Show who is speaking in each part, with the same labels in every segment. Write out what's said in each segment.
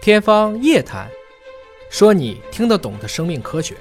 Speaker 1: 天方夜谭，说你听得懂的生命科学。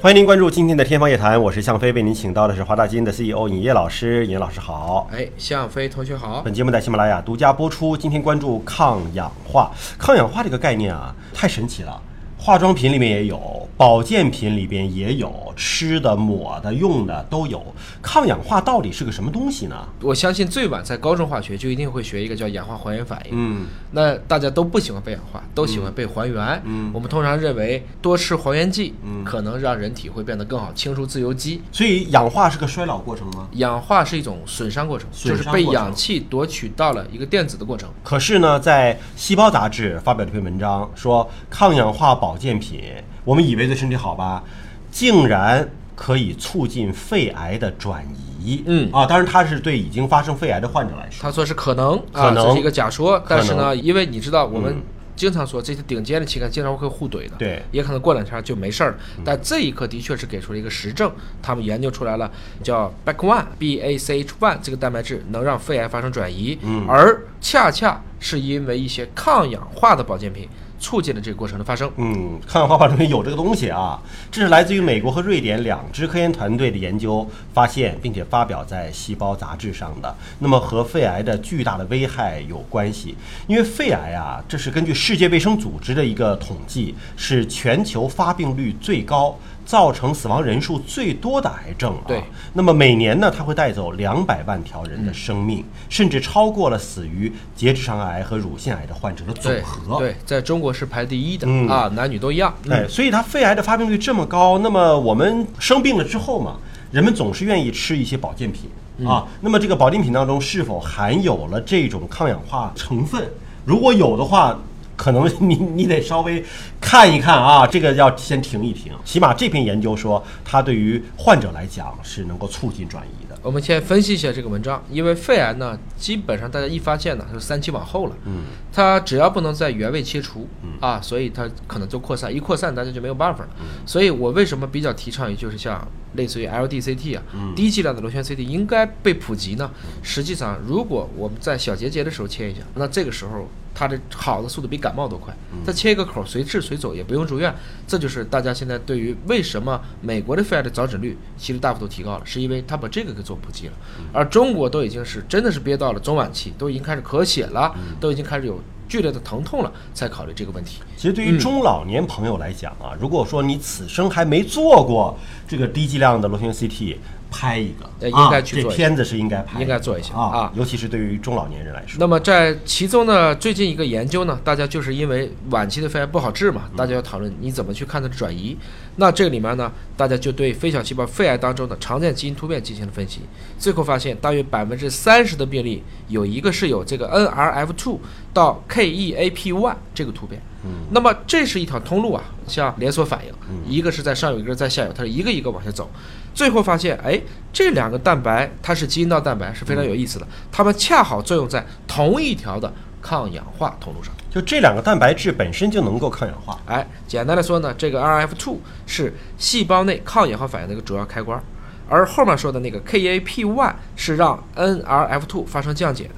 Speaker 2: 欢迎您关注今天的《天方夜谭》，我是向飞，为您请到的是华大基因的 CEO 尹烨老师。尹烨老师好。
Speaker 3: 哎，向飞同学好。
Speaker 2: 本节目在喜马拉雅独家播出。今天关注抗氧化，抗氧化这个概念啊，太神奇了。化妆品里面也有，保健品里边也有，吃的、抹的、用的都有。抗氧化到底是个什么东西呢？
Speaker 3: 我相信最晚在高中化学就一定会学一个叫氧化还原反应。
Speaker 2: 嗯，
Speaker 3: 那大家都不喜欢被氧化，都喜欢被还原。
Speaker 2: 嗯
Speaker 3: 我们通常认为多吃还原剂，可能让人体会变得更好，清除自由基。
Speaker 2: 所以氧化是个衰老过程吗？
Speaker 3: 氧化是一种损伤过程，
Speaker 2: 损
Speaker 3: 就是
Speaker 2: 伤
Speaker 3: 被
Speaker 2: 过程
Speaker 3: 氧气夺取到了一个电子的过程。
Speaker 2: 可是呢，在《细胞》杂志发表了一篇文章，说抗氧化保健品，我们以为对身体好吧，竟然可以促进肺癌的转移。
Speaker 3: 嗯
Speaker 2: 啊，当然它是对已经发生肺癌的患者来说。
Speaker 3: 他说是可能
Speaker 2: 可
Speaker 3: 啊，
Speaker 2: 能
Speaker 3: 这是一个假说，但是
Speaker 2: 可
Speaker 3: 呢，因为你知道我们
Speaker 2: 嗯
Speaker 3: 经常说这些顶尖的期刊经常会互怼的，
Speaker 2: 对嗯
Speaker 3: 也可能过两天就没事儿了。但这一刻的确是给出了一个实证，他们研究出来了，叫 BAC one B A C H one 这个蛋白质能让肺癌发生转移，
Speaker 2: 嗯
Speaker 3: 而恰恰是因为一些抗氧化的保健品促进了这个过程的发生。
Speaker 2: 嗯，抗氧化保健品有这个东西啊，这是来自于美国和瑞典两支科研团队的研究发现，并且发表在《细胞》杂志上的。那么和肺癌的巨大的危害有关系，因为肺癌啊，这是根据世界卫生组织的一个统计，是全球发病率最高、造成死亡人数最多的癌症啊。
Speaker 3: 对
Speaker 2: 那么每年呢，它会带走两百万条人的生命，
Speaker 3: 嗯
Speaker 2: 甚至超过了死于结直肠癌和乳腺癌的患者的总
Speaker 3: 对
Speaker 2: 和。
Speaker 3: 对，在中国是排第一的、
Speaker 2: 嗯
Speaker 3: 啊，男女都一样。嗯
Speaker 2: 哎，所以它肺癌的发病率这么高，那么我们生病了之后嘛，人们总是愿意吃一些保健品啊。那么这个保健品当中是否含有了这种抗氧化成分？如果有的话，可能你你得稍微看一看啊，这个要先停一停。起码这篇研究说，它对于患者来讲是能够促进转移的。
Speaker 3: 我们先分析一下这个文章，因为肺癌呢，基本上大家一发现呢，它是三期往后了，
Speaker 2: 嗯，
Speaker 3: 它只要不能在原位切除，啊，所以它可能就扩散，一扩散大家就没有办法了。
Speaker 2: 嗯
Speaker 3: 所以我为什么比较提倡于就是像类似于 LDCT 啊，
Speaker 2: 嗯
Speaker 3: 低剂量的螺旋 CT 应该被普及呢？实际上，如果我们在小结节的时候切一下，那这个时候它的好的速度比感冒都快。它切一个口儿，随治随走，也不用住院。这就是大家现在对于为什么美国的肺癌的早诊率其实大幅度提高了，是因为它把这个给做普及了。而中国都已经是真的是憋到了中晚期，都已经开始咳血了，都已经开始有剧烈的疼痛了，才考虑这个问题。
Speaker 2: 其实对于中老年朋友来讲啊，如果说你此生还没做过这个低剂量的螺旋 CT，拍一个，
Speaker 3: 呃
Speaker 2: 啊
Speaker 3: 应该去做一
Speaker 2: 这
Speaker 3: 下
Speaker 2: 片子是应该拍的，
Speaker 3: 应该做一下
Speaker 2: 啊
Speaker 3: 啊，
Speaker 2: 尤其是对于中老年人来说。
Speaker 3: 那么在其中呢，最近一个研究呢，大家就是因为晚期的肺癌不好治嘛，大家要讨论你怎么去看它的转移。那这里面呢，大家就对非小细胞肺癌当中的常见基因突变进行了分析，最后发现大约百分之三十的病例有一个是有这个 NRF2 到 E KEAP1 这个突变。那么这是一条通路啊，像连锁反应，一个是在上游，一个是在下游，它是一个一个往下走，最后发现，哎，这两个蛋白它是基因道蛋白，是非常有意思的，它们恰好作用在同一条的抗氧化通路上。
Speaker 2: 就这两个蛋白质本身就能够抗氧化，
Speaker 3: 哎，简单的说呢，这个 RF2 是细胞内抗氧化反应的一个主要开关，而后面说的那个 KAP1 是让 NRF2 发生降解的。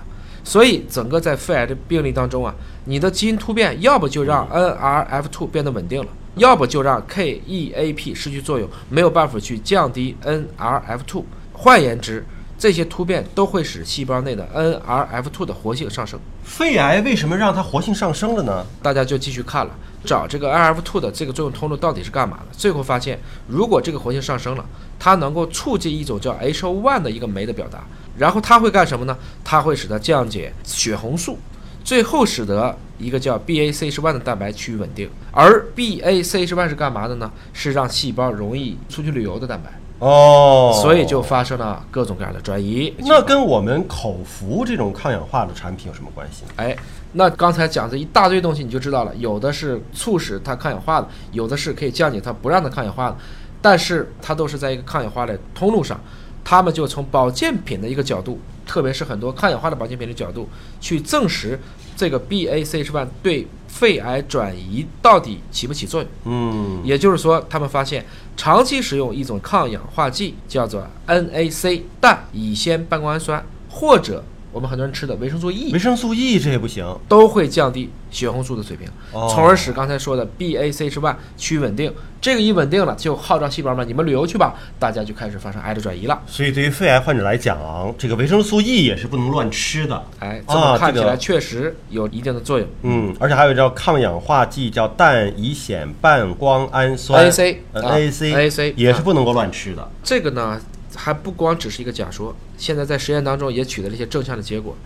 Speaker 3: 所以，整个在肺癌的病例当中啊，你的基因突变要不就让 NRF2 变得稳定了，要不就让 KEAP 失去作用，没有办法去降低 NRF2。换言之，这些突变都会使细胞内的 NRF2 的活性上升。
Speaker 2: 肺癌为什么让它活性上升了呢？
Speaker 3: 大家就继续看了，找这个 IF2 的这个作用通路到底是干嘛的。最后发现，如果这个活性上升了，它能够促进一种叫 HO1 的一个酶的表达，然后它会干什么呢？它会使它降解血红素，最后使得一个叫 BACH1 的蛋白趋于稳定。而 BACH1 是干嘛的呢？是让细胞容易出去旅游的蛋白，
Speaker 2: 哦，
Speaker 3: 所以就发生了各种各样的转移。
Speaker 2: 那跟我们口服这种抗氧化的产品有什么关系呢？
Speaker 3: 哎，那刚才讲这一大堆东西，你就知道了，有的是促使它抗氧化的，有的是可以降解它不让它抗氧化的，但是它都是在一个抗氧化的通路上，他们就从保健品的一个角度，特别是很多抗氧化的保健品的角度，去证实这个 BACH1 对肺癌转移到底起不起作用。
Speaker 2: 嗯，
Speaker 3: 也就是说，他们发现长期使用一种抗氧化剂，叫做 NAC 氮乙酰半胱氨酸或者我们很多人吃的维生素 E
Speaker 2: 维生素 E 这也不行，
Speaker 3: 都会降低血红素的水平，
Speaker 2: 哦
Speaker 3: 从而使刚才说的 BACH1 趋于稳定。这个一稳定了，就号召细胞们，你们旅游去吧，大家就开始发生癌的转移了。
Speaker 2: 所以对于肺癌患者来讲，这个维生素 E 也是不能乱吃的。
Speaker 3: 哎，这
Speaker 2: 啊
Speaker 3: 么看起
Speaker 2: 这
Speaker 3: 来
Speaker 2: 个
Speaker 3: 确实有一定的作用。
Speaker 2: 嗯，而且还有一叫抗氧化剂，叫氮乙酰半胱氨酸
Speaker 3: AAC
Speaker 2: 呃
Speaker 3: 啊
Speaker 2: AAC
Speaker 3: AAC
Speaker 2: 也是不能够乱吃的。
Speaker 3: 这个呢，还不光只是一个假说，现在在实验当中也取得了一些正向的结果。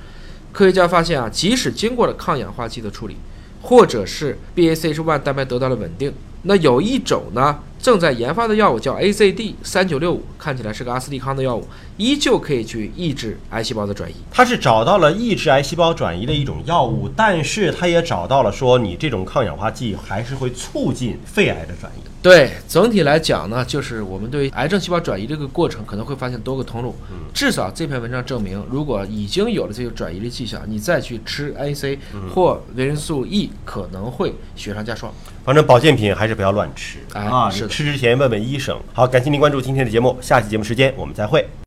Speaker 3: 科学家发现啊，即使经过了抗氧化剂的处理，或者是 BACH1 蛋白得到了稳定，那有一种呢正在研发的药物叫 AZD 三九六五，看起来是个阿斯利康的药物，依旧可以去抑制癌细胞的转移。
Speaker 2: 它是找到了抑制癌细胞转移的一种药物，但是它也找到了说你这种抗氧化剂还是会促进肺癌的转移。
Speaker 3: 对，总体来讲呢，就是我们对癌症细胞转移这个过程可能会发现多个通路。至少这篇文章证明，如果已经有了这个转移的迹象，你再去吃 AC 或维生素 E，可能会雪上加霜。
Speaker 2: 反正保健品还是不要乱吃
Speaker 3: 哎
Speaker 2: 啊！
Speaker 3: 是的
Speaker 2: 你吃之前问问医生。好，感谢您关注今天的节目，下期节目时间我们再会。